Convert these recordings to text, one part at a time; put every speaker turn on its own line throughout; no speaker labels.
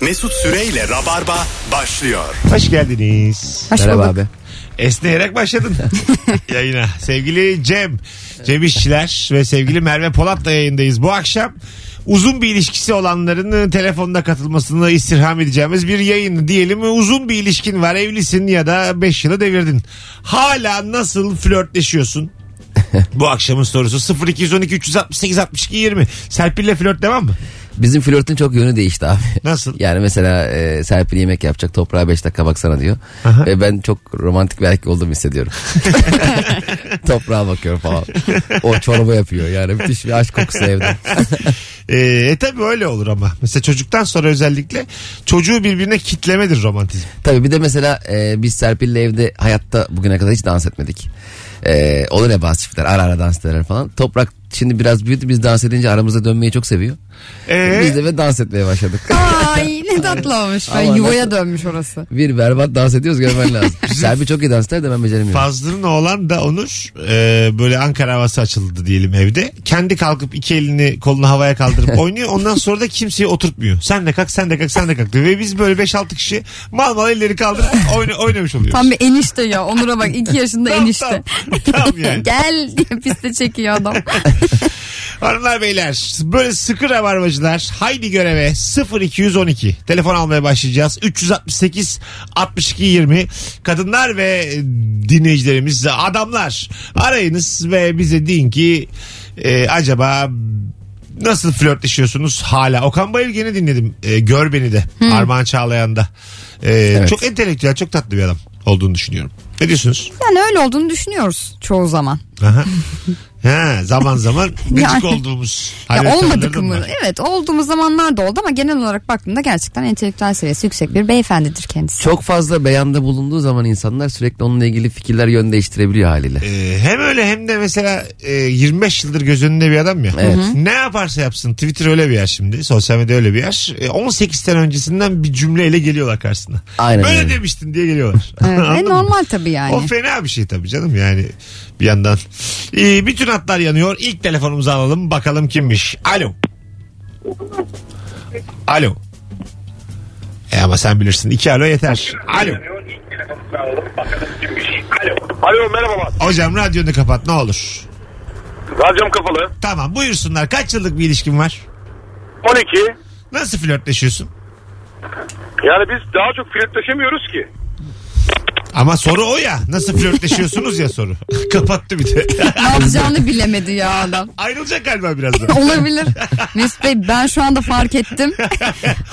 Mesut Süreyle Rabarba başlıyor.
Hoş geldiniz.
Hoş
Merhaba
bulduk.
abi.
Esneyerek başladın yayına. Sevgili Cem, Cem İşçiler ve sevgili Merve Polat'la yayındayız. Bu akşam uzun bir ilişkisi olanların telefonda katılmasını istirham edeceğimiz bir yayın. Diyelim uzun bir ilişkin var, evlisin ya da 5 yılı devirdin. Hala nasıl flörtleşiyorsun? Bu akşamın sorusu 0212 368 62 20. Serpil'le flört devam mı?
Bizim flörtün çok yönü değişti abi.
Nasıl?
Yani mesela e, Serpil yemek yapacak toprağa 5 dakika baksana diyor.
Aha.
Ve ben çok romantik bir erkek olduğumu hissediyorum. toprağa bakıyor falan. O çorba yapıyor yani müthiş bir aşk kokusu evde.
Ee, e tabi öyle olur ama. Mesela çocuktan sonra özellikle çocuğu birbirine kitlemedir romantizm.
Tabii bir de mesela e, biz Serpil'le evde hayatta bugüne kadar hiç dans etmedik. E, olur ya bazı çiftler ara ara dans ederler falan. Toprak şimdi biraz büyüdü biz dans edince aramıza dönmeyi çok seviyor.
Ee,
Biz de ve dans etmeye başladık.
Ay ne tatlı olmuş. Ay,
Ama
yuvaya dönmüş orası.
bir berbat dans ediyoruz görmen lazım. Serpil çok iyi dans eder de ben beceremiyorum.
Fazlı'nın oğlan da Onur e, böyle Ankara havası açıldı diyelim evde. Kendi kalkıp iki elini kolunu havaya kaldırıp oynuyor. Ondan sonra da kimseyi oturtmuyor. Sen de kalk sen de kalk sen de kalk diyor. Ve biz böyle 5-6 kişi mal mal elleri kaldırıp oyna, oynamış oluyoruz.
Tam bir enişte ya. Onur'a bak iki yaşında
Tam,
enişte.
tam, tam yani.
Gel diye piste çekiyor adam.
Hanımlar beyler böyle sıkı rabarbacılar haydi göreve 0212 telefon almaya başlayacağız 368 62 20 kadınlar ve dinleyicilerimiz adamlar arayınız ve bize deyin ki e, acaba nasıl flörtleşiyorsunuz hala Okan Bayülgen'i dinledim e, gör beni de
Hmm.
Armağan Çağlayan'da E, çok entelektüel çok tatlı bir adam olduğunu düşünüyorum ne diyorsunuz?
Yani öyle olduğunu düşünüyoruz çoğu zaman.
Aha. Ha, zaman zaman gıcık
Yani-
olduğumuz.
Ya
hayret
olmadık
tavırlarım
mı?
var.
Evet olduğumuz zamanlar da oldu ama genel olarak baktığımda gerçekten entelektüel seviyesi yüksek bir beyefendidir kendisi.
Çok fazla beyanda bulunduğu zaman insanlar sürekli onunla ilgili fikirler yön değiştirebiliyor haliyle.
Ee, hem öyle hem de mesela e, 25 yıldır göz önünde bir adam ya.
Evet.
Ne yaparsa yapsın Twitter öyle bir yer şimdi. Sosyal medya öyle bir yer. E, 18 sene öncesinden bir cümleyle geliyorlar karşısına.
Aynen
Böyle
öyle.
demiştin diye geliyorlar.
Evet, Ee, ve
Anladın mı?
normal tabii yani.
O fena bir şey tabii canım yani bir yandan. Ee, bütün hatlar yanıyor. İlk telefonumuzu alalım bakalım kimmiş. Alo. Alo. E ama sen bilirsin. İki alo yeter. Alo.
Alo merhabalar.
Hocam radyonu kapat ne olur.
Radyom kapalı.
Tamam buyursunlar. Kaç yıllık bir ilişkin var?
12.
Nasıl flörtleşiyorsun?
Yani biz daha çok flörtleşemiyoruz ki.
Ama soru o ya. Nasıl flörtleşiyorsunuz ya soru. Kapattı bir de.
Ne yapacağını bilemedi ya adam.
Ayrılacak galiba birazdan.
Olabilir. Mesut Bey ben şu anda fark ettim.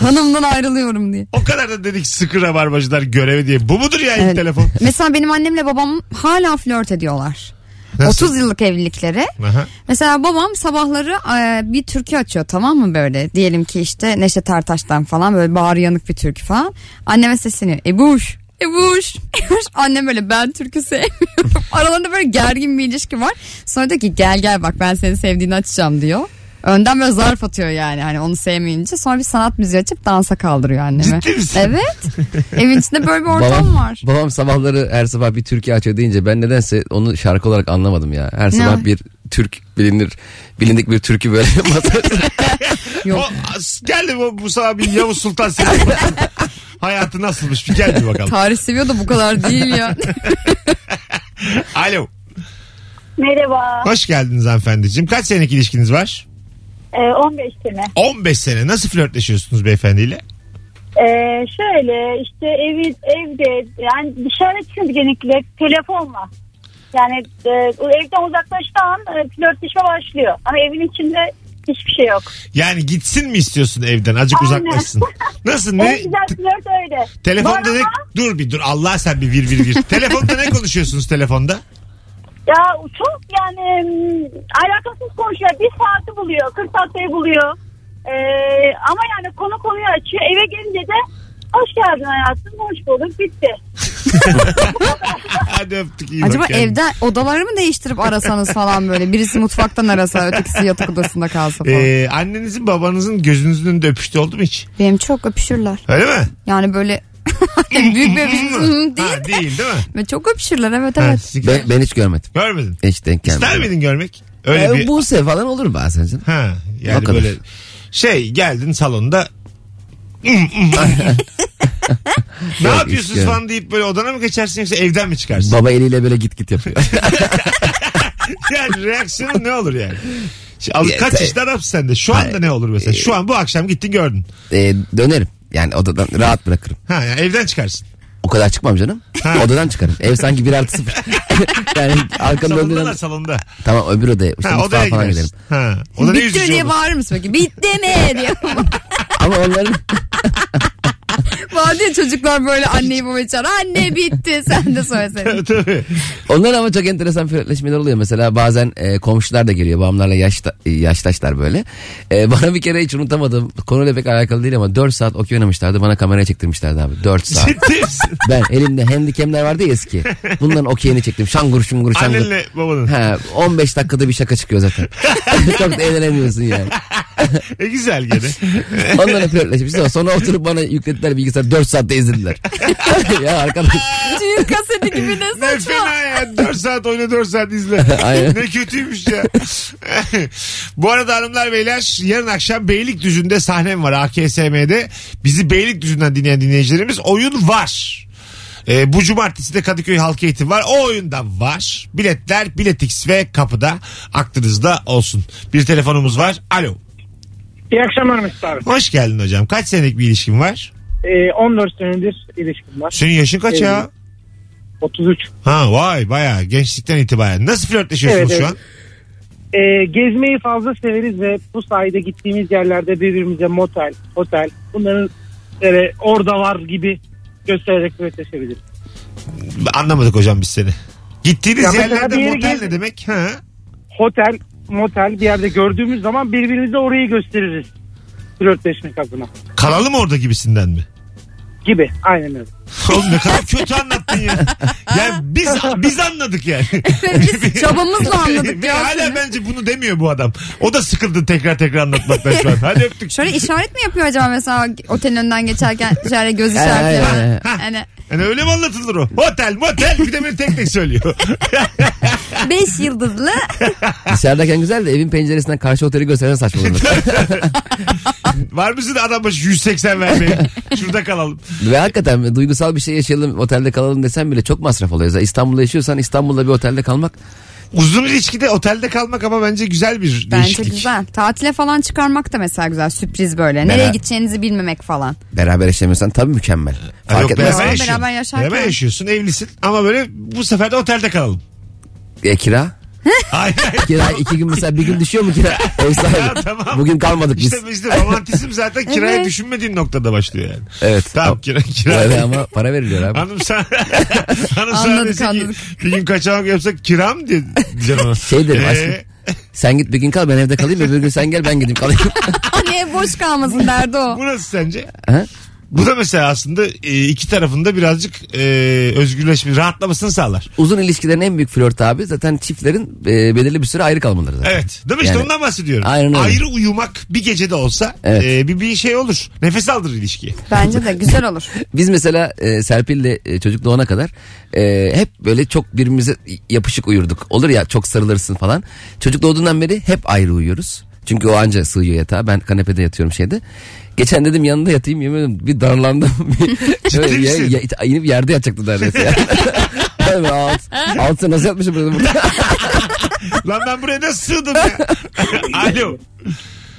Hanımdan ayrılıyorum diye.
O kadar da dedik sıkı rabarbacılar görevi diye. Bu mudur ya ilk
Evet.
telefon?
Mesela benim annemle babam hala flört ediyorlar.
Nasıl?
30 yıllık evlilikleri.
Aha.
Mesela babam sabahları e, bir türkü açıyor tamam mı böyle? Diyelim ki işte Neşet Ertaş'tan falan böyle bağrı yanık bir türkü falan. Anneme sesleniyor. Ebuş, Ebuş, Ebuş. Annem böyle ben türkü sevmiyorum. Aralarında böyle gergin bir ilişki var. Sonra diyor ki gel gel bak ben seni sevdiğini açacağım diyor. Önden böyle zarf atıyor yani hani onu sevmeyince. Sonra bir sanat müziği açıp dansa kaldırıyor annemi.
Ciddi misin?
Evet. Evin içinde böyle bir ortam var.
babam sabahları her sabah bir türkü açıyor deyince ben nedense onu şarkı olarak anlamadım ya. Her sabah bir Türk bilinir bilindik bir türkü böyle masaya
Yok.
O- as- geldi bu, bu sabah bir Yavuz Sultan Selim. Hayatı nasılmış bir gel bir bakalım.
Tarih seviyor da bu kadar değil ya.
Alo.
Merhaba.
Hoş geldiniz hanımefendiciğim. Kaç senelik ilişkiniz var?
Ee, 15 sene.
15 sene. Nasıl flörtleşiyorsunuz beyefendiyle?
Ee, şöyle işte evi evde yani dışarı çıkıyoruz genellikle telefonla. Yani e, o evden uzaklaştığı an e, flörtleşme başlıyor. Ama evin içinde hiçbir şey yok.
Yani gitsin mi istiyorsun evden? Acık
Aynen.
uzaklaşsın. Nasıl?
En
Ne?
güzel flört öyle.
Telefonda
Var
ne...
ama
Dur bir dur. Allah sen bir vir vir vir. telefonda ne konuşuyorsunuz telefonda?
Ya çok yani m, alakasız konuşuyor. Bir saati buluyor. 40 dakikayı buluyor. Ee, ama yani konu konuyu açıyor. Eve gelince de hoş geldin hayatım. Hoş bulduk. Bitti.
Hadi öptük iyi bak
Acaba
kendine.
evden odaları mı değiştirip arasanız falan böyle? Birisi mutfaktan arasa, ötekisi yatak odasında kalsa falan.
Ee, annenizin babanızın gözünüzün önünde öpüştü oldu mu hiç?
Benim çok öpüşürler.
Öyle mi?
Yani böyle büyük bir öpüşme değil.
Ha, değil değil mi?
Ve çok öpüşürler evet
Ha,
evet.
siz-
ben, ben hiç görmedim.
Görmedin.
Hiç denk gelmedim.
İster miydin görmek? Öyle
Ee,
bir...
Buse falan olur bazen canım.
Ha, yani
O kadar.
böyle şey geldin salonda ne
Yok,
yapıyorsunuz
iş
falan deyip böyle odana mı kaçarsın yoksa evden mi çıkarsın?
Baba eliyle böyle git git yapıyor.
yani reaksiyonun ne olur yani? Şimdi al-
Ya,
kaç
tabii.
işte Arap sende? Şu anda
Hayır.
ne olur mesela? Şu an bu akşam gittin gördün.
Ee, dönerim. Yani odadan rahat bırakırım.
Ha yani evden çıkarsın.
O kadar çıkmam canım.
Ha.
Odadan çıkarım. Ev sanki bir artı sıfır. yani arkamı
Salonda da
döndüğüm
salonda.
Tamam öbür odaya. İşte
Ha,
mutfağa
odaya
falan
gidersin.
giderim.
Ha, o da ne
Bitti
yüzücü
diye
olur.
bağırır mısın peki? Bitti mi diye.
Ama onların
Bağırıyor çocuklar böyle anneyi babaya çağırıyor. Anne bitti sen de söylesene.
Tabii.
Onlar ama çok enteresan flörtleşmeler oluyor. Mesela bazen e, komşular da geliyor. Babamlarla yaşta, e, yaştaşlar böyle. E, bana bir kere hiç unutamadım. Konuyla pek alakalı değil ama 4 saat okey oynamışlardı. Bana kameraya çektirmişlerdi abi. 4 saat.
Ciddi misin?
ben elimde handikemler vardı ya eski. Bunların okeyini çektim. Şangur şungur şangur.
Annenle babanın.
He, 15 dakikada bir şaka çıkıyor zaten. çok da eğlenemiyorsun yani.
E güzel gene.
Onlara flörtleşmiştim ama sonra oturup bana yüklettiler bilgisayar 4 saatte izlediler. ya arkadaş
Düğün kaseti gibi ne
Ne
saçma.
fena ya. 4 saat oyna 4 saat izle.
Aynen.
ne kötüymüş ya. Bu arada hanımlar beyler yarın akşam Beylikdüzü'nde sahnem var AKSM'de. Bizi Beylikdüzü'nden dinleyen dinleyicilerimiz oyun var. Ee, bu cumartesi de Kadıköy Halk Eğitim var. O oyunda var. Biletler Biletix ve kapıda aklınızda olsun. Bir telefonumuz var. Alo.
İyi akşamlar Mesut abi.
Hoş geldin hocam. Kaç senelik bir ilişkin var?
Ee, 14 senedir ilişkim var.
Senin yaşın kaç ya?
33.
Ha vay bayağı gençlikten itibaren. Nasıl flörtleşiyorsunuz
Evet,
şu
evet.
an?
Ee, gezmeyi fazla severiz ve bu sayede gittiğimiz yerlerde birbirimize motel, otel bunların böyle orada var gibi göstererek flörtleşebiliriz.
Anlamadık hocam biz seni. Gittiğiniz
Ya mesela
yerlerde
bir yere
motel ne
gez-
demek? Ha?
Hotel, motel bir yerde gördüğümüz zaman birbirimize orayı gösteririz. Flörtleşmek adına.
Kalalım orada gibisinden mi?
Gibi. Aynen öyle.
Oğlum ne kadar kötü anlattın ya. Yani biz biz anladık yani.
Biz çabamızla anladık
Ve
ya.
hala
seni.
bence bunu demiyor bu adam. O da sıkıldı tekrar tekrar anlatmaktan şu an. Hadi öptük.
Şöyle işaret mi yapıyor acaba mesela otelin önünden geçerken şöyle göz işareti
Aynen, aynen.
var. Hani
Yani öyle mi anlatılır o? Motel motel bir de beni tek tek söylüyor.
5 yıldızlı
dışarıdayken güzel de evin penceresinden karşı oteli gösteren saçma olur.
Var mısın adam başı 180 vermeye? Şurada kalalım.
Ve hakikaten duygusal bir şey yaşayalım otelde kalalım desen bile çok masraf oluyor. Ya İstanbul'da yaşıyorsan İstanbul'da bir otelde kalmak
Uzun ilişkide otelde kalmak ama bence güzel bir
bence
değişiklik.
güzel. Tatile falan çıkarmak da mesela güzel sürpriz böyle. Nereye
Beraber-
gideceğinizi bilmemek falan.
beraber yaşamıyorsan tabii mükemmel.
Ha,
Fark
yok,
etmez.
beraber
Ama
yaşıyorsun.
beraber yaşarken-
Beraber yaşıyorsun evlisin ama böyle bu sefer de otelde kalalım.
E, kira?
Hayır. hayır.
Kira iki gün mesela bir gün düşüyor mu kira? Ev sahibi.
Ya, tamam.
Bugün kalmadık biz.
İşte bizde romantizm zaten kirayı
Evet.
düşünmediğin noktada başlıyor yani.
Evet.
Tamam kira kira.
Öyle ama para veriliyor abi.
Hanım sen hanım sana
Anladık,
dese
anladık.
ki bir gün kaçamak yapsak kira mı diye diyeceğim ona.
Şey derim,
Ee,
aşkım. Sen git bir gün kal ben evde kalayım öbür gün sen gel ben gideyim kalayım.
Hani boş kalmasın derdi o.
Bu nasıl sence?
Ha?
Bu da mesela aslında e, iki tarafında birazcık e, özgürleşme, rahatlamasını sağlar.
Uzun ilişkilerin en büyük flört abi zaten çiftlerin e, belirli bir süre ayrı kalmaları zaten.
Evet. Değil mi? İşte
Yani-
ondan bahsediyorum.
Aynen öyle.
Ayrı uyumak bir gecede olsa
Evet.
e, bir, bir şey olur. Nefes aldırır ilişkiye.
Bence de güzel olur.
Biz mesela e, Serpil'le e, çocuk doğana kadar e, hep böyle çok birbirimize yapışık uyurduk. Olur ya çok sarılırsın falan. Çocuk doğduğundan beri hep ayrı uyuyoruz. Çünkü o anca sığıyor yatağa. Ben kanepede yatıyorum şeyde. Geçen dedim yanında yatayım yemin ederim bir darlandım. Bir,
Ciddi
Böyle ya-
misin?
ya- it- inip yerde yatacaktı neredeyse. ya. Ben böyle alt, altı nasıl yatmışım böyle burada.
Lan ben buraya nasıl sığdım ya? Alo.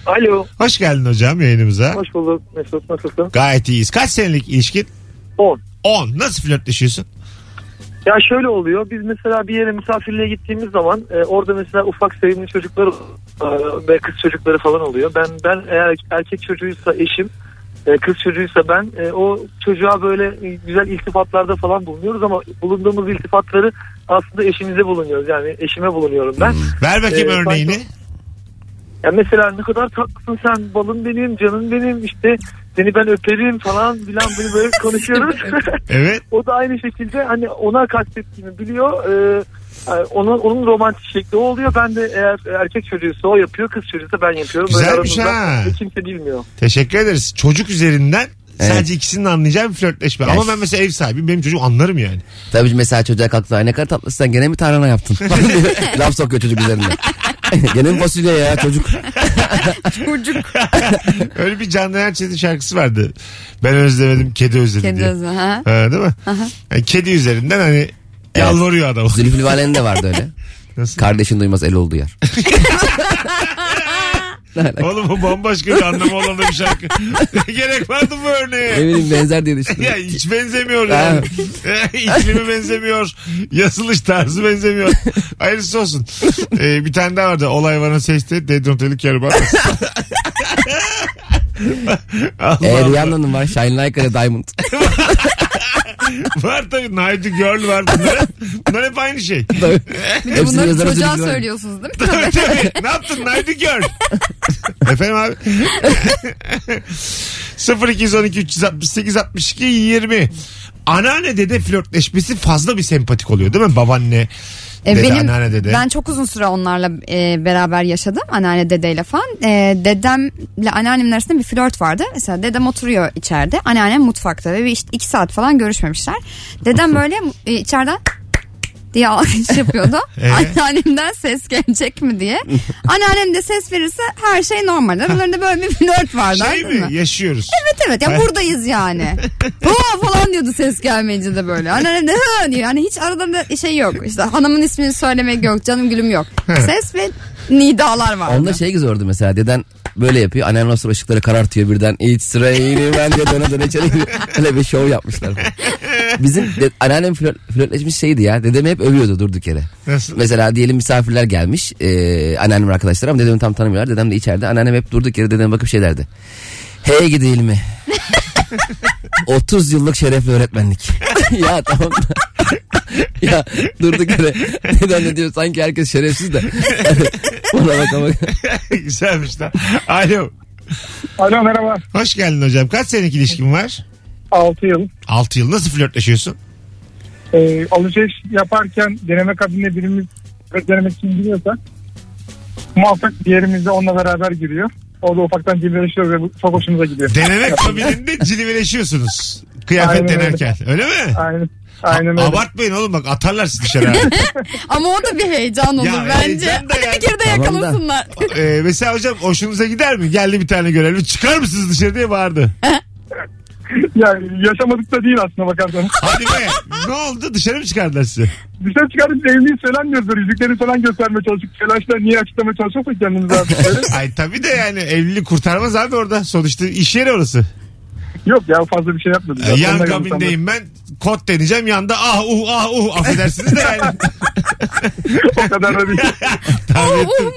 Alo.
Hoş geldin hocam yayınımıza.
Hoş bulduk Mesut. Nasılsın?
Gayet iyiyiz. Kaç senelik ilişkin?
10.
10. Nasıl flörtleşiyorsun?
Ya şöyle oluyor. Biz mesela bir yere misafirliğe gittiğimiz zaman e, orada mesela ufak sevimli çocuklar e, ve kız çocukları falan oluyor. Ben ben eğer erkek çocuğuysa eşim, e, kız çocuğuysa ben e, o çocuğa böyle e, güzel iltifatlarda falan bulunuyoruz ama bulunduğumuz iltifatları aslında eşimize bulunuyoruz. Yani eşime bulunuyorum ben.
Ver bakayım
Ee,
örneğini.
Ya mesela ne kadar tatlısın sen balım benim canım benim işte seni ben öperim falan filan böyle böyle konuşuyoruz.
Evet.
O da aynı şekilde hani ona kastettiğimi biliyor. Ee, yani onun, onun romantik şekli o oluyor. Ben de eğer erkek çocuğuysa o yapıyor. Kız çocuğuysa ben yapıyorum.
Güzelmiş ha.
hiç kimse bilmiyor.
Teşekkür ederiz. Çocuk üzerinden
Evet.
sadece ikisinin anlayacağı bir flörtleşme.
Yes.
Ama ben mesela ev sahibiyim. Benim çocuğum anlarım yani.
Tabii ki mesela çocuğa kalktı. "Ay Ne kadar tatlısın sen gene mi tarhana yaptın? Laf sokuyor çocuk üzerinde. Gene mi fasulye ya çocuk?
Çocuk.
Öyle bir Candaner Çetin şarkısı vardı. Ben özlemedim kedi özledi
Kedi
diye.
özledi, ha.
Ha, değil mi? Yani kedi üzerinden hani yalvarıyor adam.
Zülfü Livaneli'nin de vardı öyle.
Nasıl?
Kardeşin duymaz el olduğu yer.
Oğlum bu bambaşka bir anlamı olan da bir şarkı. Ne gerek vardı bu örneğe?
Eminim benzer diye düşündüm.
Ya hiç benzemiyor yani. İklimi benzemiyor. Yazılış tarzı benzemiyor. Hayırlısı olsun. Ee, bir tane daha vardı. Olay bana seçti. Dedron Telik yarı bana. Allah
E,
Allah.
Rihanna'nın var. Shine Like a Diamond.
Var tabii. Naydi Girl var. Bunlar, bunlar hep aynı şey.
Bir de
Hepsini
bunları
yazarı
çocuğa
Zülfü Livaneli.
söylüyorsunuz değil mi?
Tabii, tabii. Ne yaptın? Naydi Girl. Efendim abi. 0212 368 62 20. Anneanne dede flörtleşmesi fazla bir sempatik oluyor değil mi? Babaanne
E,
dede,
benim
anneanne dede.
ben çok uzun süre onlarla e, beraber yaşadım anneanne dedeyle falan. E, dedemle anneannemin arasında bir flört vardı. Mesela dedem oturuyor içeride, anneannem mutfakta ve bir işte iki saat falan görüşmemişler. Dedem böyle e, içeriden diye alkış yapıyordu.
Ee?
Anneannemden ses gelecek mi diye. Anneannem de ses verirse her şey normal. Aralarında böyle bir flört vardı.
Şey
anladın
mi?
mı?
Yaşıyoruz.
Evet evet ya buradayız yani. Ha falan diyordu ses gelmeyince de böyle. Hani, Anneannem de ha diyor. Yani hiç aralarında şey yok. İşte hanımın ismini söylemek yok. Canım gülüm yok. Ses ve nidalar vardı.
Onda şey güzel olurdu mesela. Deden böyle yapıyor. Annem nasıl ışıkları karartıyor birden. It's raining ben diye döne döne içeri giriyor. Öyle bir şov yapmışlar. falan. Bizim de, anneannem flört, flörtleşmiş şeydi ya. Dedemi hep övüyordu durduk yere.
Nasıl?
Mesela diyelim misafirler gelmiş. E, anneannem ve arkadaşları ama dedemi tam tanımıyorlar. Dedem de içeride. Anneannem hep durduk yere dedeme bakıp şey derdi. Hey gidil mi? 30 yıllık şerefli öğretmenlik. ya tamam da. ya durduk yere neden de diyor sanki herkes şerefsiz de. Ona baka baka.
Güzelmiş lan. Alo.
Alo merhaba.
Hoş geldin hocam. Kaç senelik ilişkin var?
6 yıl.
6 yıl. Nasıl flörtleşiyorsun?
Ee, alışveriş yaparken deneme kabinine birimiz denemek için giriyorsa muhakkak diğerimiz de onunla beraber giriyor. Orada ufaktan cimrileşiyoruz ve bu çok hoşumuza gidiyor.
Deneme kabininde cilveleşiyorsunuz. Kıyafet
Aynen öyle.
denerken. Öyle mi?
Aynen, aynen öyle.
Abartmayın oğlum bak atarlar sizi dışarı. ha.
Ama o da bir heyecan olur
Ya,
bence.
heyecan da yani.
Fikirde
Tamam da.
yakalasınlar.
Ee, mesela hocam hoşunuza gider mi? Geldi bir tane görevli çıkar mısınız dışarı diye bağırdı.
Yani yaşamadık da değil aslında bakarsanız.
Hadi be ne oldu dışarı mı çıkardılar sizi?
Dışarı çıkarıp evliliği söylenmiyordur. Yüzükleri falan göstermeye çalıştık. Telaşla niye açıklamaya çalışıyoruz ki kendimizi abi. Öyle-
Ay tabii de yani evliliği kurtarmaz abi orada. Sonuçta iş yeri orası.
Yok ya fazla bir şey yapmadık.
Ee, yan
Ondan
kabindeyim ben. Kod deneyeceğim yanda ah uh ah uh affedersiniz de yani.
insanlar- O kadar da değil.
Tahmin ettim.
mu?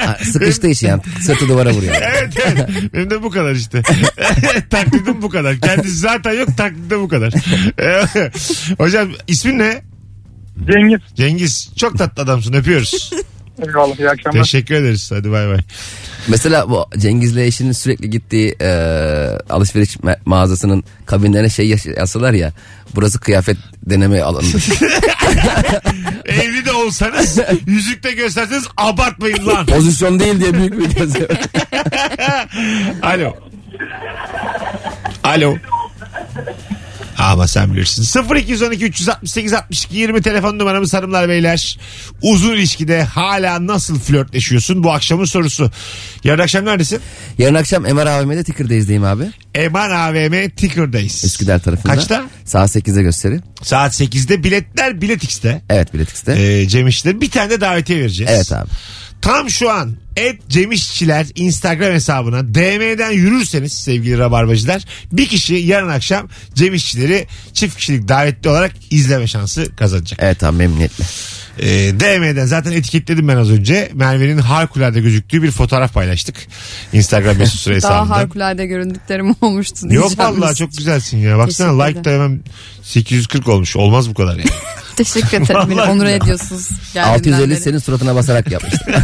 Ha, Sıkıştı işi yani. Sırtı duvara vuruyor.
Evet evet. Benim de bu kadar işte. Taklidim bu kadar. Kendisi zaten yok taklidi bu kadar. Hocam ismin ne?
Cengiz.
Cengiz. Çok tatlı adamsın öpüyoruz.
Eyvallah iyi akşamlar.
Teşekkür ederiz. Hadi bay bay.
Mesela bu Cengiz'le eşinin sürekli gittiği e, alışveriş ma- mağazasının kabinlerine şey yaş- yazsalar ya. Burası kıyafet deneme alanı.
Evli de olsanız yüzük de gösterseniz abartmayın lan.
Pozisyon değil diye büyük bir yazı.
Alo. Alo. Ama sen bilirsin. 0212 368 62 20 telefon numaramız hanımlar beyler. Uzun ilişkide hala nasıl flörtleşiyorsun? Bu akşamın sorusu. Yarın akşam neredesin?
Yarın akşam MR AVM'de Ticker'dayız abi.
Eman AVM Ticker'dayız.
Üsküdar tarafında.
Kaçta?
Saat 8'de gösteri.
Saat 8'de biletler Bilet X'te.
Evet Bilet X'te.
Ee, Cem İşçiler. Bir tane de davetiye vereceğiz.
evet abi.
Tam şu an et Cem İşçiler Instagram hesabına DM'den yürürseniz sevgili rabarbacılar bir kişi yarın akşam Cem İşçileri çift kişilik davetli olarak izleme şansı kazanacak.
Evet abi memnuniyetle.
Ee, DM'den zaten etiketledim ben az önce. Merve'nin harikulade gözüktüğü bir fotoğraf paylaştık. Instagram mesut süre
Daha
hesabından.
harikulade göründüklerim olmuştu.
Yok
diyeceğim.
vallahi çok güzelsin ya. Baksana
Teşekkür
like da hemen 840 olmuş. Olmaz bu kadar yani.
Teşekkür ederim. Beni
Vallahi
onur
ya.
ediyorsunuz. geldiğinden
650
beri.
senin suratına basarak yapmıştım.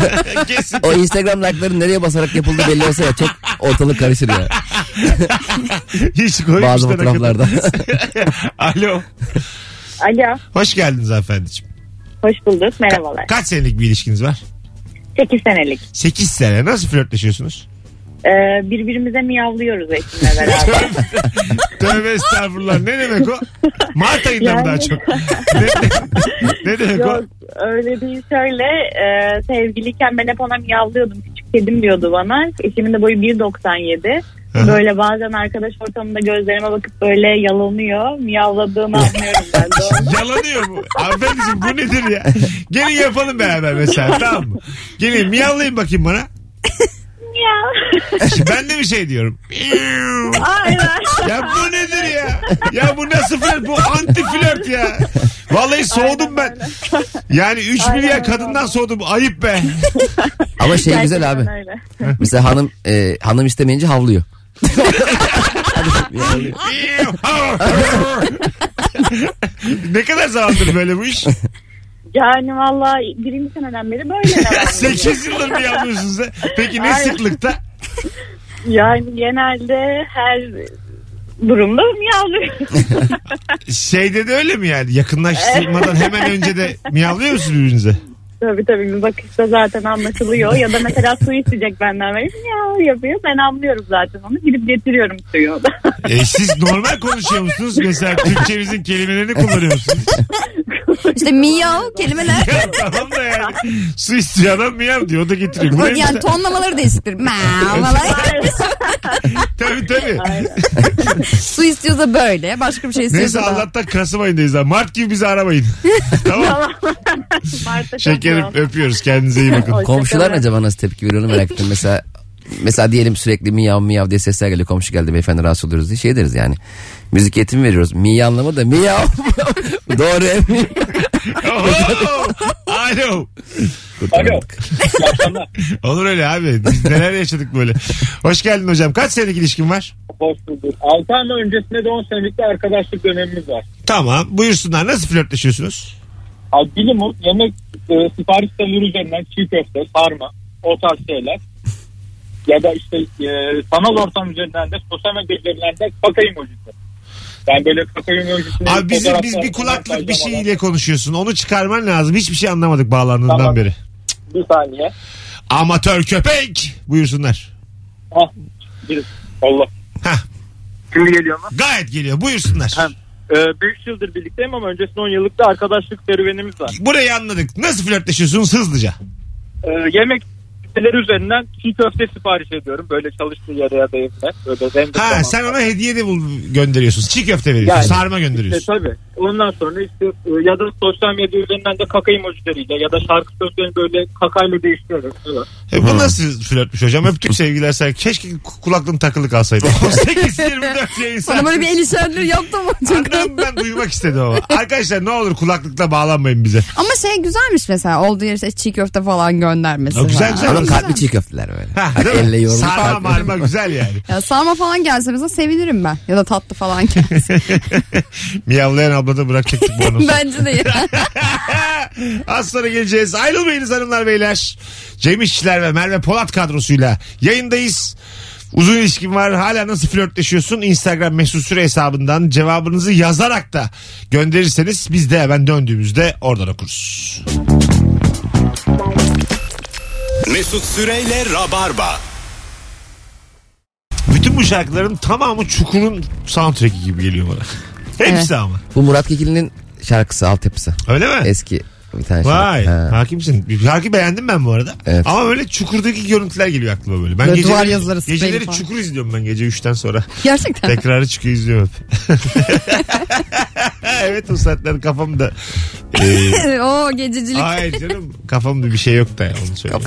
Kesin.
o Instagram like'ların nereye basarak yapıldığı belli olsa ya çok ortalık karışır ya.
Hiç koymuş
Bazı
da ne kadar.
fotoğraflarda.
Alo.
Alo,
Hoş geldiniz hanımefendiciğim.
hoş bulduk. Merhabalar.
Kaç senelik bir ilişkiniz var?
8 senelik.
8 sene. Nasıl flörtleşiyorsunuz?
Ee, birbirimize miyavlıyoruz eşimle beraber.
Tövbe estağfurullah. Ne demek o? Mart ayında mı
Yani-
daha çok? ne, ne- ne demek o?
Yok öyle değil şöyle e, sevgiliyken ben hep ona miyavlıyordum küçük kedim diyordu bana. Eşimin de boyu 1.97.
Aha.
Böyle bazen arkadaş ortamında gözlerime bakıp böyle yalanıyor. Miyavladığını anlıyorum ben de. onu.
Yalanıyor mu? Hanımefendiciğim bu nedir ya? Gelin yapalım beraber mesela tamam mı? Gelin miyavlayın bakayım bana.
Miyav.
Şimdi ben de bir şey diyorum.
Aynen.
Ya bu nedir ya? Ya bu nasıl flört? Bu anti flört ya. Vallahi soğudum ben. Yani 3
Aynen
milyar
öyle.
kadından soğudum. Ayıp be.
Ama şey güzel abi.
Gerçekten öyle.
Mesela hanım e, hanım istemeyince havlıyor.
ne kadar zamandır böyle bu iş?
Yani valla birinci seneden beri böyle. devam ediyor.
8 yıldır mı yapıyorsunuz? ha? Peki ne
Aynen.
sıklıkta?
Yani genelde her durumda miyavlıyor.
Şeyde de öyle mi yani? Yakınlaştırmadan hemen önce de miyavlıyor musunuz birbirinize?
Tabii tabii bir bakışta zaten anlaşılıyor. Ya da mesela su isteyecek benden böyle ya yapıyor. Ben anlıyorum zaten onu. Gidip getiriyorum suyu.
E siz normal konuşuyor musunuz? Mesela Türkçemizin kelimelerini kullanıyor musunuz?
İşte miyav kelimeler.
Ya tamam da yani. Su istiyor adam miyav diyor. O da getiriyor. Bu neymiş?
yani tonlamaları değişiktir. Meow falan.
Tabii tabii.
Su istiyorsa böyle. Başka bir şey
Neyse
istiyorsa da.
Allah'tan Kasım ayındayız. Ha. Mart gibi bizi aramayın. tamam.
Mart'a
Şekerim
çok
öpüyoruz. Kendinize iyi bakın.
Hoşça
Komşular
kalın.
acaba nasıl tepki veriyor onu merak ettim. Mesela mesela diyelim sürekli miyav miyav diye sesler geliyor. Komşu geldi beyefendi rahatsız oluyoruz diye şey deriz yani. Müzik eğitimi veriyoruz. Mi anlamı da miyav. Doğru mi?
Oo! Alo.
Alo.
Olur öyle abi. Biz neler yaşadık böyle. Hoş geldin hocam. Kaç senelik ilişkin var?
Hoş bulduk. 6 ay öncesinde de 10 senelik bir arkadaşlık dönemimiz var.
Tamam. Buyursunlar. Nasıl flörtleşiyorsunuz?
Abi minimum yemek e, sipariş siteleri üzerinden çiğ köfte, sarma, o tarz şeyler. Ya da işte e, sanal ortam üzerinden de sosyal medya üzerinden de kaka emojisi. Ben böyle kaka emojisini...
Abi bizim biz
fotoğraflar-
bir kulaklık bir
mesajlamalar-
şeyle konuşuyorsun. Onu çıkarman lazım. Hiçbir şey anlamadık bağlandığından
Tamam.
beri.
Bir saniye.
Amatör köpek. Buyursunlar.
Hah. Bir. Allah.
Hah.
Şimdi geliyor mu?
Gayet geliyor. Buyursunlar.
Ha. 5 e, yıldır birlikteyim ama öncesinde 10 yıllık da arkadaşlık serüvenimiz var.
Burayı anladık. Nasıl flörtleşiyorsunuz hızlıca?
e, yemek siteleri üzerinden çiğ köfte sipariş ediyorum. Böyle çalıştığı yere ya da evine. Böyle render
Ha
falan.
sen ona hediye de bul- gönderiyorsun. Çiğ köfte veriyorsun.
Yani.
sarma
İşte
gönderiyorsun.
E, tabii. Ondan sonra işte e, ya da sosyal medya üzerinden de kaka emojileriyle ya da şarkı sözlerini böyle kakayla değiştiriyoruz. Evet.
E, bu nasıl flörtmüş hocam? Öptük sevgiler sen. Keşke ku- kulaklığın takılı kalsaydı. 18-24 yayın
Sana böyle bir
saati.
el işaretleri yaptım mı? Çok-
Anlamdan duymak istedim ama. Arkadaşlar ne olur kulaklıkla bağlanmayın bize.
Ama şey güzelmiş mesela olduğu yere işte çiğ köfte falan göndermesi.
Ya güzel,
falan.
güzel.
Adam kalpli çiğ köfteler böyle.
Ha, değil mi?
Elle yoğrulmuş
Sarma
kalpli.
marma güzel yani.
Ya sarma falan gelse mesela sevinirim ben. Ya da tatlı falan gelse.
Miyavlayan ablada bırakacaktık bu anonsu.
Bence de ya.
Az sonra geleceğiz. Ayrılmayınız hanımlar beyler. Cem İşçiler ve Merve Polat kadrosuyla yayındayız. Uzun ilişkin var. Hala nasıl flörtleşiyorsun? Instagram mesut süre hesabından cevabınızı yazarak da gönderirseniz biz de hemen döndüğümüzde oradan okuruz.
Mesut Süreyle Rabarba.
Bütün bu şarkıların tamamı Çukur'un soundtrack'i gibi geliyor bana. Hepsi ama.
Bu Murat Kekilli'nin şarkısı altyapısı.
Öyle mi?
Eski bir tane
Vay.
şarkı. Ha.
Hakimsin. Şarkı beğendim ben bu arada.
Evet.
Ama böyle Çukur'daki görüntüler geliyor aklıma böyle. Ben
Böyle
geceleri,
duvar yazıları, sprey
geceleri
falan.
Çukur izliyorum ben gece 3'ten sonra.
Gerçekten.
Tekrarı çıkıyor izliyorum hep. evet o saatler kafamda. Ee,
o gececilik.
hayır canım kafamda bir şey yok da ya, onu söyleyeyim.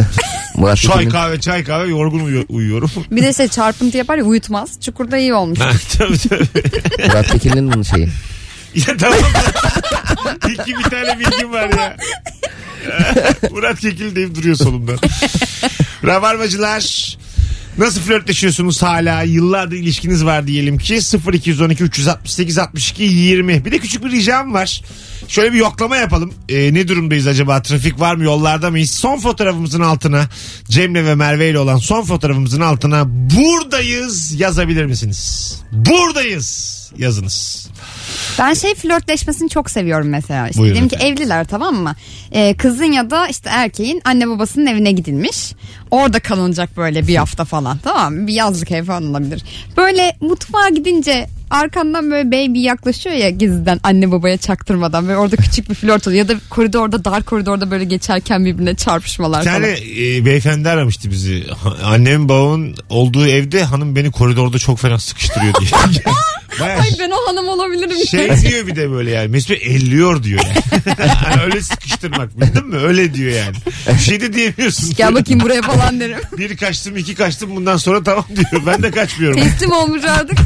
Murat
çay
Kekilli'nin
kahve çay kahve yorgun uyu- uyuyorum.
Bir de şey çarpıntı yapar ya uyutmaz. Çukurda iyi olmuş.
Ha, tabii tabii.
Murat Kekilli'nin bunun şeyi.
Ya tamam. İki bir tane bilgim var ya. Murat Kekil deyip duruyor solumda. Rabarbacılar Nasıl flörtleşiyorsunuz hala? Yıllardır ilişkiniz var diyelim ki 0212 368 62 20. Bir de küçük bir ricam var. Şöyle bir yoklama yapalım. Ee, ne durumdayız acaba? Trafik var mı? Yollarda mıyız? Son fotoğrafımızın altına Cem'le ve Merve ile olan son fotoğrafımızın altına buradayız yazabilir misiniz? Buradayız yazınız.
Ben şey flörtleşmesini çok seviyorum mesela. İşte
Buyurun
diyelim ki
efendim.
evliler tamam mı? Ee, kızın ya da işte erkeğin anne babasının evine gidilmiş. Orada kalınacak böyle bir hafta falan tamam mı? Bir yazlık ev falan olabilir. Böyle mutfağa gidince arkandan böyle baby yaklaşıyor ya gizliden anne babaya çaktırmadan. Böyle orada küçük bir flört oluyor. Ya da koridorda dar koridorda böyle geçerken birbirine çarpışmalar
Bir
falan.
tane e, beyefendi aramıştı bizi. Ha- Annem babamın olduğu evde hanım beni koridorda çok fena sıkıştırıyor diye. Bayağı
Ay ben o hanım olabilirim.
şey diyor bir de böyle yani. Mesut Bey elliyor diyor yani. Öyle sıkıştırmak bildin mi? Öyle diyor yani. Bir şey de diyemiyorsun.
Gel bakayım buraya falan derim.
Bir kaçtım iki kaçtım bundan sonra tamam diyor. Ben de kaçmıyorum. E,
Teslim olmuş artık.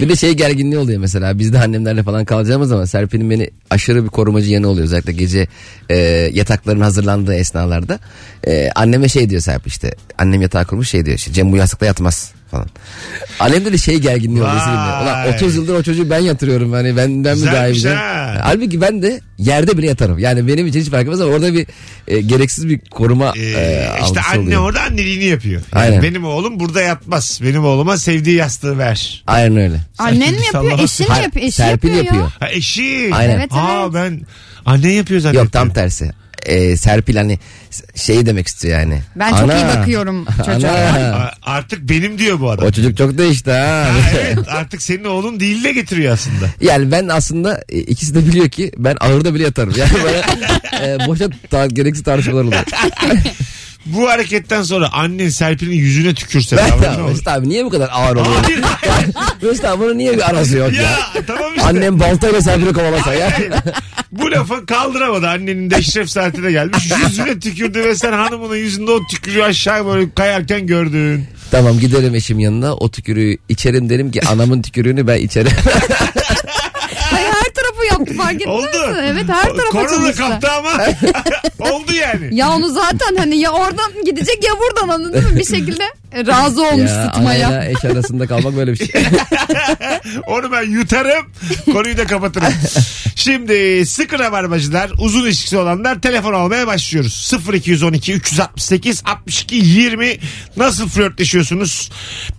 Bir de şey gerginliği oluyor mesela. Biz de annemlerle falan kalacağımız zaman Serpil'in beni aşırı bir korumacı yanı oluyor. Özellikle gece e, yatakların hazırlandığı esnalarda. E, anneme şey diyor Serpil işte. Annem yatağı kurmuş şey diyor işte. Cem bu yastıkta yatmaz falan. Annemde de şey gerginliği oluyor.
Vay.
sizinle. Ulan 30 yıldır o çocuğu ben yatırıyorum. Hani ben, ben mi daha iyi
Güzelmiş
biliyorum?
ha.
Halbuki ben de yerde bile yatarım. Yani benim için hiç fark etmez ama orada bir e, gereksiz bir koruma
Ee,
e,
işte
algısı
anne
oluyor.
orada anneliğini yapıyor. Yani
Aynen.
Benim oğlum burada yatmaz. Benim oğluma sevdiği yastığı ver.
Aynen öyle.
Annen
şey
mi yapıyor?
Sallama.
Eşin mi
Hayır,
yapıyor? Eşi
Serpil
Şey yapıyor, ya.
yapıyor.
Ha eşi.
Aynen.
Evet, evet.
Aa ben anne yapıyor zaten.
Yok tam tersi. Ee, Serpil hani şey demek istiyor yani.
Ben çok iyi bakıyorum çocuğa.
Ana.
Artık benim diyor bu adam.
O çocuk çok değişti ha.
Ha, evet artık senin oğlun değil de getiriyor aslında.
Yani ben aslında e, ikisi de biliyor ki ben ağırda bile yatarım. Yani böyle e, boşa ta- gereksiz tartışmalar oluyor.
Bu hareketten sonra annen Serpil'in yüzüne tükürse
ben
tavrın ne
de
olur?
Mesut abi niye bu kadar ağır oluyor?
Hayır.
Mesut abi bunun niye bir arası yok ya?
ya tamam işte.
Annem baltayla Serpil'i kovalasa ya.
Bu lafı kaldıramadı. Annenin de eşref saatine gelmiş. Yüzüne tükürdü ve sen hanımının yüzünde o tükürüğü aşağı böyle kayarken gördün.
tamam giderim eşim yanına o tükürüğü içerim derim ki anamın tükürüğünü ben içerim.
Hayır, her tarafı yaptı fark etmez
Oldu.
mi? Evet her tarafa
Korona
çalıştı.
kaptı ama oldu yani.
Ya onu zaten hani ya oradan gidecek ya buradan anladın değil mi? Bir şekilde e, razı olmuş sıtmaya.
anayla eş arasında kalmak böyle bir şey.
Onu ben yutarım. Konuyu da kapatırım. Şimdi sıkı rabarbacılar uzun ilişkisi olanlar telefon almaya başlıyoruz. 0212 368 62 20 nasıl flörtleşiyorsunuz?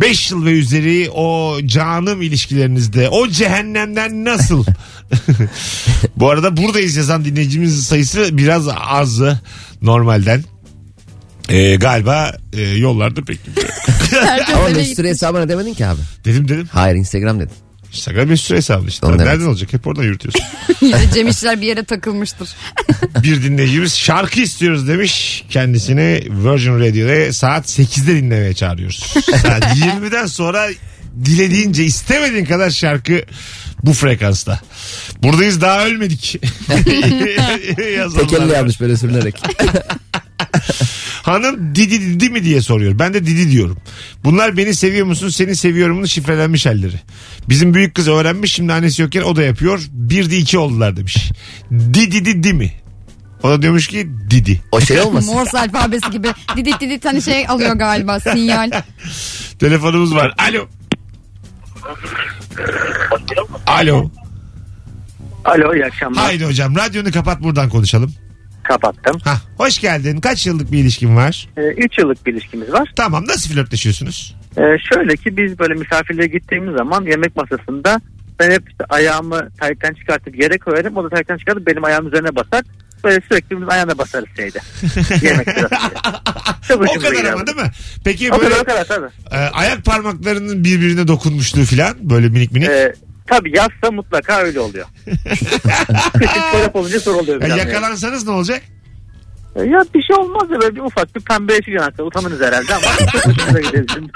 5 yıl ve üzeri o canım ilişkilerinizde o cehennemden nasıl? Bu arada buradayız yazan dinleyicimiz sayısı biraz azı normalden. Ee, galiba e, yollarda bekliyor.
Herkes
Ama
eve
Mesut
gitti.
Süre hesabına demedin ki abi.
Dedim dedim.
Hayır Instagram dedim.
Instagram Mesut Süre hesabı işte.
Doğru, evet.
Nereden olacak? Hep oradan yürütüyorsun.
Yine Cem İşçiler bir yere takılmıştır.
bir dinleyicimiz şarkı istiyoruz demiş. Kendisini Virgin Radio'da saat 8'de dinlemeye çağırıyoruz. Saat 20'den sonra dilediğince istemediğin kadar şarkı bu frekansta. Buradayız daha ölmedik. Yazanlar
Tekelli
var.
yapmış böyle sürünerek.
Hanım didi didi mi diye soruyor. Ben de didi diyorum. Bunlar beni seviyor musun seni seviyorumun şifrelenmiş halleri. Bizim büyük kız öğrenmiş şimdi annesi yokken o da yapıyor. Bir de iki oldular demiş. Didi didi mi? O da diyormuş ki didi.
O şey olmasın.
Morse alfabesi gibi didik didik hani şey alıyor galiba sinyal.
Telefonumuz var. Alo. Alo.
Alo iyi akşamlar.
Haydi hocam radyonu kapat buradan konuşalım.
Kapattım.
Hah, hoş geldin. Kaç yıllık bir ilişkin var?
3 yıllık bir ilişkimiz var.
Tamam nasıl flörtleşiyorsunuz?
Ee, şöyle ki biz böyle misafirliğe gittiğimiz zaman yemek masasında ben hep işte ayağımı tayttan çıkartıp yere koyarım. O da tayttan çıkartıp benim ayağımın üzerine basar. Böyle sürekli birbirinin ayağına basarız şeyde. yemek sırasında. Çok
o
hoşumuza
kadar
gider
ama
bu.
değil mi? Peki
O
böyle
kadar o kadar tabii.
e, ayak parmaklarının birbirine dokunmuşluğu falan böyle minik minik.
Ee, tabii yazsa mutlaka öyle oluyor. Küçük çorap olunca soru oluyor.
Ya
biraz yani.
E, yakalansanız ne olacak?
Ee, Ya bir şey olmaz ya böyle bir ufak bir pembe yeşil yanakta utanırız herhalde ama çok hoşumuza gider bizim.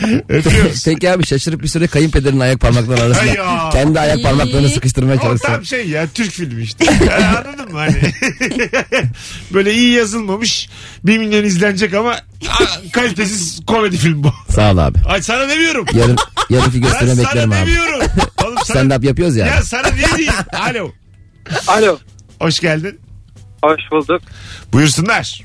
Öpüyoruz.
Peki abi şaşırıp bir süre kayınpederin ayak parmakları
Ay ya.
arasında kendi ayak parmaklarını
İyi.
sıkıştırmaya
O
çalışsa.
tam şey ya Türk filmi işte. Ya Anladın mı hani? Böyle iyi yazılmamış. Bir milyon izlenecek ama a- kalitesiz komedi film bu.
Sağ ol abi.
Ay sana demiyorum.
Yarın yarınki
Ben
gösterime beklerim
sana
abi.
demiyorum. Oğlum sana,
Stand up yapıyoruz ya.
ya sana ne diyeyim? Alo.
Alo.
Hoş geldin.
Hoş bulduk.
Buyursunlar.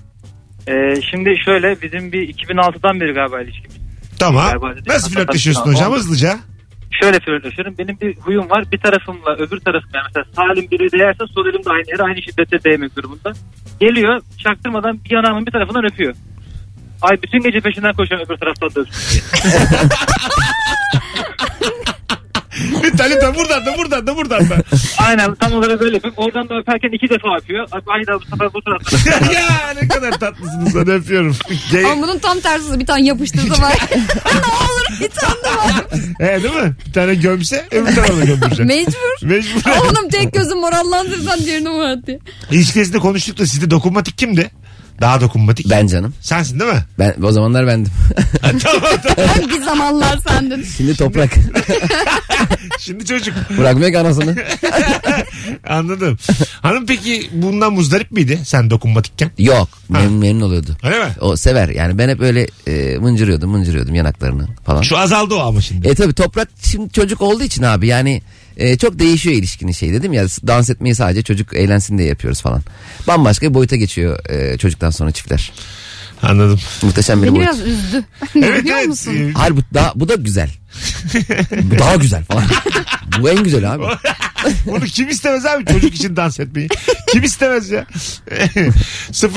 Ee, şimdi şöyle bizim bir 2006'dan beri galiba ilişkimiz.
Tamam.
Galiba dedim.
Nasıl flörtleşiyorsun hocam hızlıca?
Şöyle flörtleşiyorum. Benim bir huyum var. Bir tarafımla öbür tarafım yani mesela sağ elim biri değerse sol elim de aynı yere aynı şiddete değmek durumunda. Geliyor çaktırmadan bir yanağımın bir tarafından öpüyor. Ay bütün gece peşinden koşuyorum öbür taraftan da öpüyor.
Bir lütfen lütfen buradan da buradan da buradan da.
Aynen tam olarak öyle yapıp oradan da öperken iki defa öpüyor. Abi aynı daha bu sefer bu taraftan.
ya ne kadar tatlısınız hadi öpüyorum. Gay-
Ama bunun tam tersi bir tane yapıştırdı var. ne olur bir tane de var.
He, değil mi? Bir tane gömse öbür tarafa gömdürecek.
Mecbur.
Mecbur.
Oğlum tek gözüm morallandırsan diğerini var diye.
İlişkisinde konuştuk da sizde dokunmatik kimdi? Daha dokunmatik.
Ben canım.
Sensin değil mi?
Ben, o zamanlar bendim.
Ben bir zamanlar sendin.
Şimdi toprak.
Şimdi çocuk.
Bırakmak anasını.
Anladım. Hanım peki bundan muzdarip miydi sen dokunmatikken?
Yok. Memnun, memnun oluyordu.
Öyle mi?
O sever yani ben hep öyle e, mıncırıyordum mıncırıyordum yanaklarını falan.
Şu azaldı o ama şimdi.
E tabi toprak şimdi çocuk olduğu için abi yani e, çok değişiyor ilişkinin şey dedim ya dans etmeyi sadece çocuk eğlensin diye yapıyoruz falan. Bambaşka bir boyuta geçiyor e, çocuktan sonra çiftler.
Anladım.
Muhteşem bir
Beni
boyut.
E, biraz üzdü. Ne
Evet
biliyor
evet.
musun?
Ee,
Hayır bu, daha, bu da güzel. bu daha güzel falan. bu en güzel abi.
Bunu kim istemez abi çocuk için dans etmeyi? Kim istemez ya?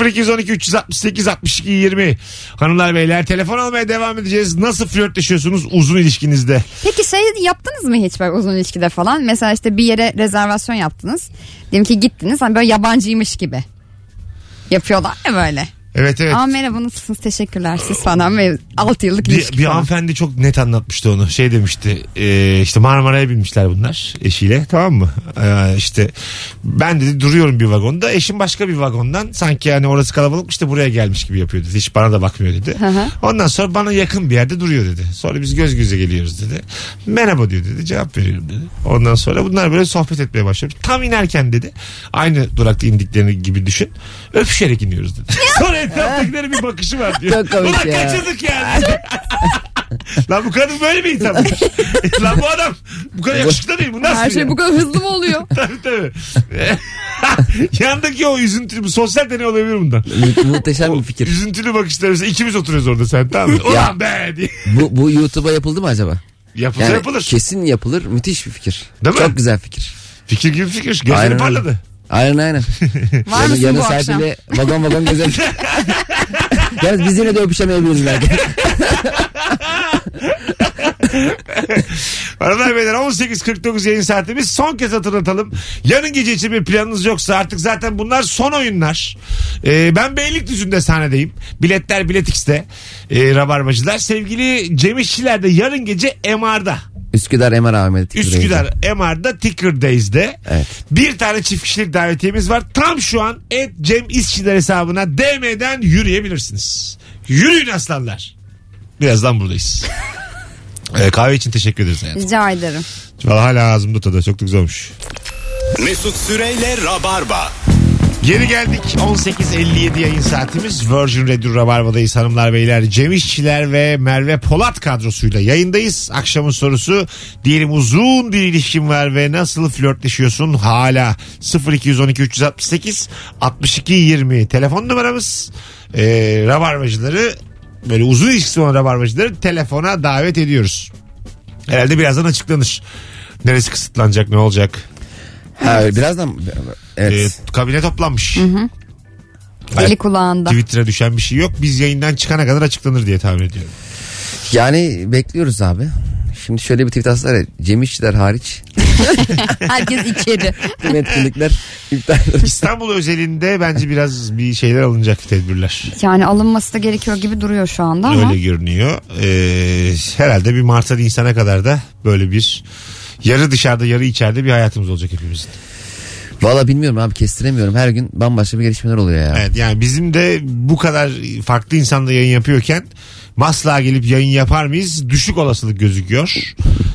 0212 368 62 20 Hanımlar beyler telefon almaya devam edeceğiz. Nasıl flörtleşiyorsunuz uzun ilişkinizde?
Peki şey yaptınız mı hiç böyle uzun ilişkide falan? Mesela işte bir yere rezervasyon yaptınız. Diyelim ki gittiniz hani böyle yabancıymış gibi. Yapıyorlar ya böyle.
Evet evet.
Aa merhaba nasılsınız teşekkürler siz falan ve 6 yıllık ilişki
Bir, bir
falan.
hanımefendi çok net anlatmıştı onu. Şey demişti e, işte Marmara'ya binmişler bunlar eşiyle tamam mı? E, işte ben dedi duruyorum bir vagonda eşim başka bir vagondan sanki yani orası kalabalıkmış da buraya gelmiş gibi yapıyor dedi. Hiç bana da bakmıyor dedi.
hı.
Ondan sonra bana yakın bir yerde duruyor dedi. Sonra biz göz göze geliyoruz dedi. Merhaba diyor dedi cevap veriyorum dedi. Ondan sonra bunlar böyle sohbet etmeye başlamış. Tam inerken dedi aynı durakta indiklerini gibi düşün öpüşerek iniyoruz dedi. sonra etraftakilerin bir bakışı var diyor.
Çok komik
Ulan
ya.
kaçırdık yani. Lan bu kadın böyle bir insanmış. Lan bu adam bu kadar yakışıklı değil. Bu nasıl
Her şey
ya?
bu kadar hızlı mı oluyor?
Tabii tabii. Yandaki o üzüntülü bu sosyal deney olabilir bundan.
Mu- Muhteşem bir fikir.
Üzüntülü bakışlar mesela ikimiz oturuyoruz orada sen tamam mı? Ulan
Ya.
be diye.
Bu, bu YouTube'a yapıldı mı acaba?
Yapılır
Yani
yapılır.
Kesin yapılır. Müthiş bir fikir.
Değil mi?
Çok güzel fikir.
Fikir gibi fikir. Gözleri
Aynen öyle.
parladı.
Aynen aynen.
Var
Yarın-
mısın
yarın
bu akşam?
sahibiyle vagon vagon gezelim. Yalnız biz yine de öpüşemeyebiliriz belki.
Aralar beyler 18.49 yayın saatimiz. Son kez hatırlatalım. Yarın gece için bir planınız yoksa artık zaten bunlar son oyunlar. Ee, ben Beylikdüzü'nde sahnedeyim. Biletler Bilet X'te. Ee, Rabarbacılar. Sevgili Cem İşçiler de yarın gece MR'da.
Üsküdar Emar Ahmet.
Üsküdar MR'da Ticker Days'de.
Evet.
Bir tane çift kişilik davetiyemiz var. Tam şu an et Cem İşçiler hesabına DM'den yürüyebilirsiniz. Yürüyün aslanlar. Birazdan buradayız. Ee, kahve için teşekkür ederiz hayatım.
Rica ederim.
Valla hala ağzımda tadı çok da güzelmiş.
Mesut Süreyle Rabarba.
Geri geldik 18.57 yayın saatimiz Virgin Radio Rabarba'dayız hanımlar beyler Cem İşçiler ve Merve Polat kadrosuyla yayındayız Akşamın sorusu diyelim uzun bir ilişkin var ve nasıl flörtleşiyorsun hala 0212 368 62 20 telefon numaramız ee, Rabarbacıları böyle uzun ilişkisi olan Rabarbacıları telefona davet ediyoruz Herhalde birazdan açıklanır Neresi kısıtlanacak ne olacak
Ha, birazdan evet.
Ee, kabine toplanmış.
Deli kulağında.
Twitter'a düşen bir şey yok. Biz yayından çıkana kadar açıklanır diye tahmin ediyorum.
Yani bekliyoruz abi. Şimdi şöyle bir tweet atsalar ya, Cem İşçiler hariç
Herkes içeri.
tüm etkinlikler iptal edilmiş.
İstanbul özelinde bence biraz bir şeyler alınacak tedbirler.
Yani alınması da gerekiyor gibi duruyor şu anda ama.
Öyle görünüyor. Ee, herhalde bir Mart'tan insana kadar da böyle bir yarı dışarıda yarı içeride bir hayatımız olacak hepimizin.
Valla bilmiyorum abi kestiremiyorum. Her gün bambaşka bir gelişmeler oluyor ya.
Evet yani bizim de bu kadar farklı insanla yayın yapıyorken Maslak'a gelip yayın yapar mıyız? Düşük olasılık gözüküyor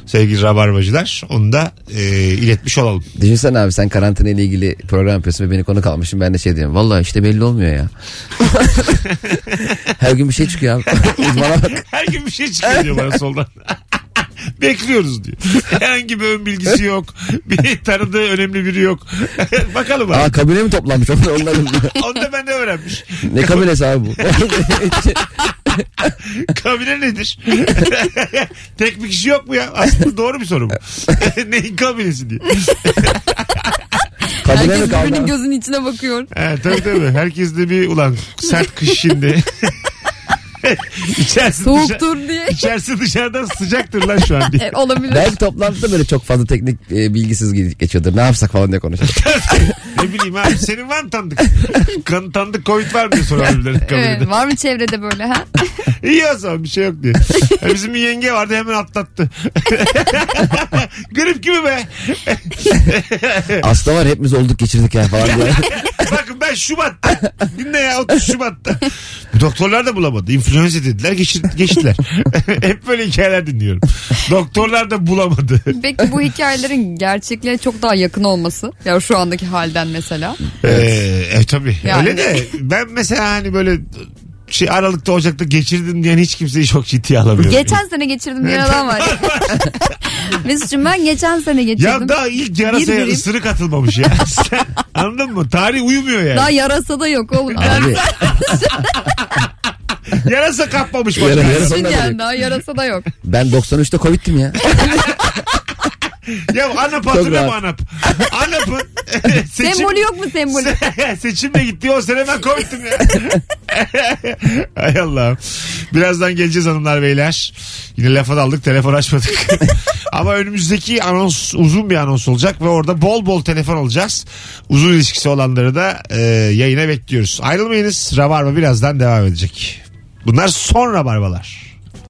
sevgili rabarbacılar. Onu da e, iletmiş olalım.
Düşünsene abi sen karantina ile ilgili program yapıyorsun ve beni konu kalmışım. Ben de şey diyorum. Valla işte belli olmuyor ya. Her gün bir şey çıkıyor abi. Uzmana bak.
Her gün bir şey çıkıyor diyor bana soldan. Bekliyoruz diyor. Herhangi bir ön bilgisi yok. Bir tanıdığı önemli biri yok. Bakalım
Aa
abi.
kabine mi toplanmış onlar? onların?
Onu da ben de öğrenmiş.
ne kabinesi abi bu?
Kabine nedir? Tek bir kişi yok mu ya? Aslında doğru bir soru bu. Neyin kabinesi diye.
kabine mi
Herkes
kaldı?
birbirinin gözünün içine bakıyor.
He, tabii tabii. Herkes de bir ulan sert kış şimdi. İçerisi, dışa-
Soğuktur diye.
içerisi dışarıdan sıcaktır lan şu an diye.
E, olabilir.
Belki toplantıda böyle çok fazla teknik e, bilgisiz ge- geçiyordur. Ne yapsak falan diye konuşuyoruz.
ne bileyim abi senin var mı tanıdık? Kan, tanıdık covid var mı diye soruyorlar birileri
Evet,
kamerada.
E, var mı çevrede böyle ha?
İyi o zaman bir şey yok diye. Ya Bizim bir yenge vardı hemen atlattı. Grip gibi be.
Aslında var hepimiz olduk geçirdik ya falan diye.
Bakın ben Şubat'ta. Dinle ya 30 Şubat'ta. Doktorlar da bulamadı. İnfluenza dediler geçir- geçtiler. Hep böyle hikayeler dinliyorum. Doktorlar da bulamadı.
Peki bu hikayelerin gerçekliğe çok daha yakın olması. Ya şu andaki halden mesela.
Ee, e tabii.
Yani.
Öyle de ben mesela hani böyle şey Aralık'ta Ocak'ta geçirdim diyen hiç kimseyi çok ciddiye alamıyorum.
Geçen sene geçirdim diyen adam var. Mesut'cum ben geçen sene geçirdim.
ya daha ilk yarasaya
Bir birim.
ısırık atılmamış ya. Sen, anladın mı? Tarih uyumuyor yani.
Daha yarasa da yok oğlum.
Abi,
Yarasa kapmamış. şey.
Yara-
bak.
yarasa-
Ben,
Yarasında da
yani
yok.
daha yarasa da yok.
ben 93'te Covid'tim ya.
Ya ANAP hatırlıyor
rahat.
mu ANAP? ANAP'ın seçim,
Sembolü yok mu sembolü?
seçimle gitti. O sene ben komiktim ya. Ay Allah'ım. Birazdan geleceğiz hanımlar beyler. Yine lafa daldık telefon açmadık. Ama önümüzdeki anons uzun bir anons olacak ve orada bol bol telefon alacağız. Uzun ilişkisi olanları da e, yayına bekliyoruz. Ayrılmayınız. Rabarba birazdan devam edecek. Bunlar son rabarbalar.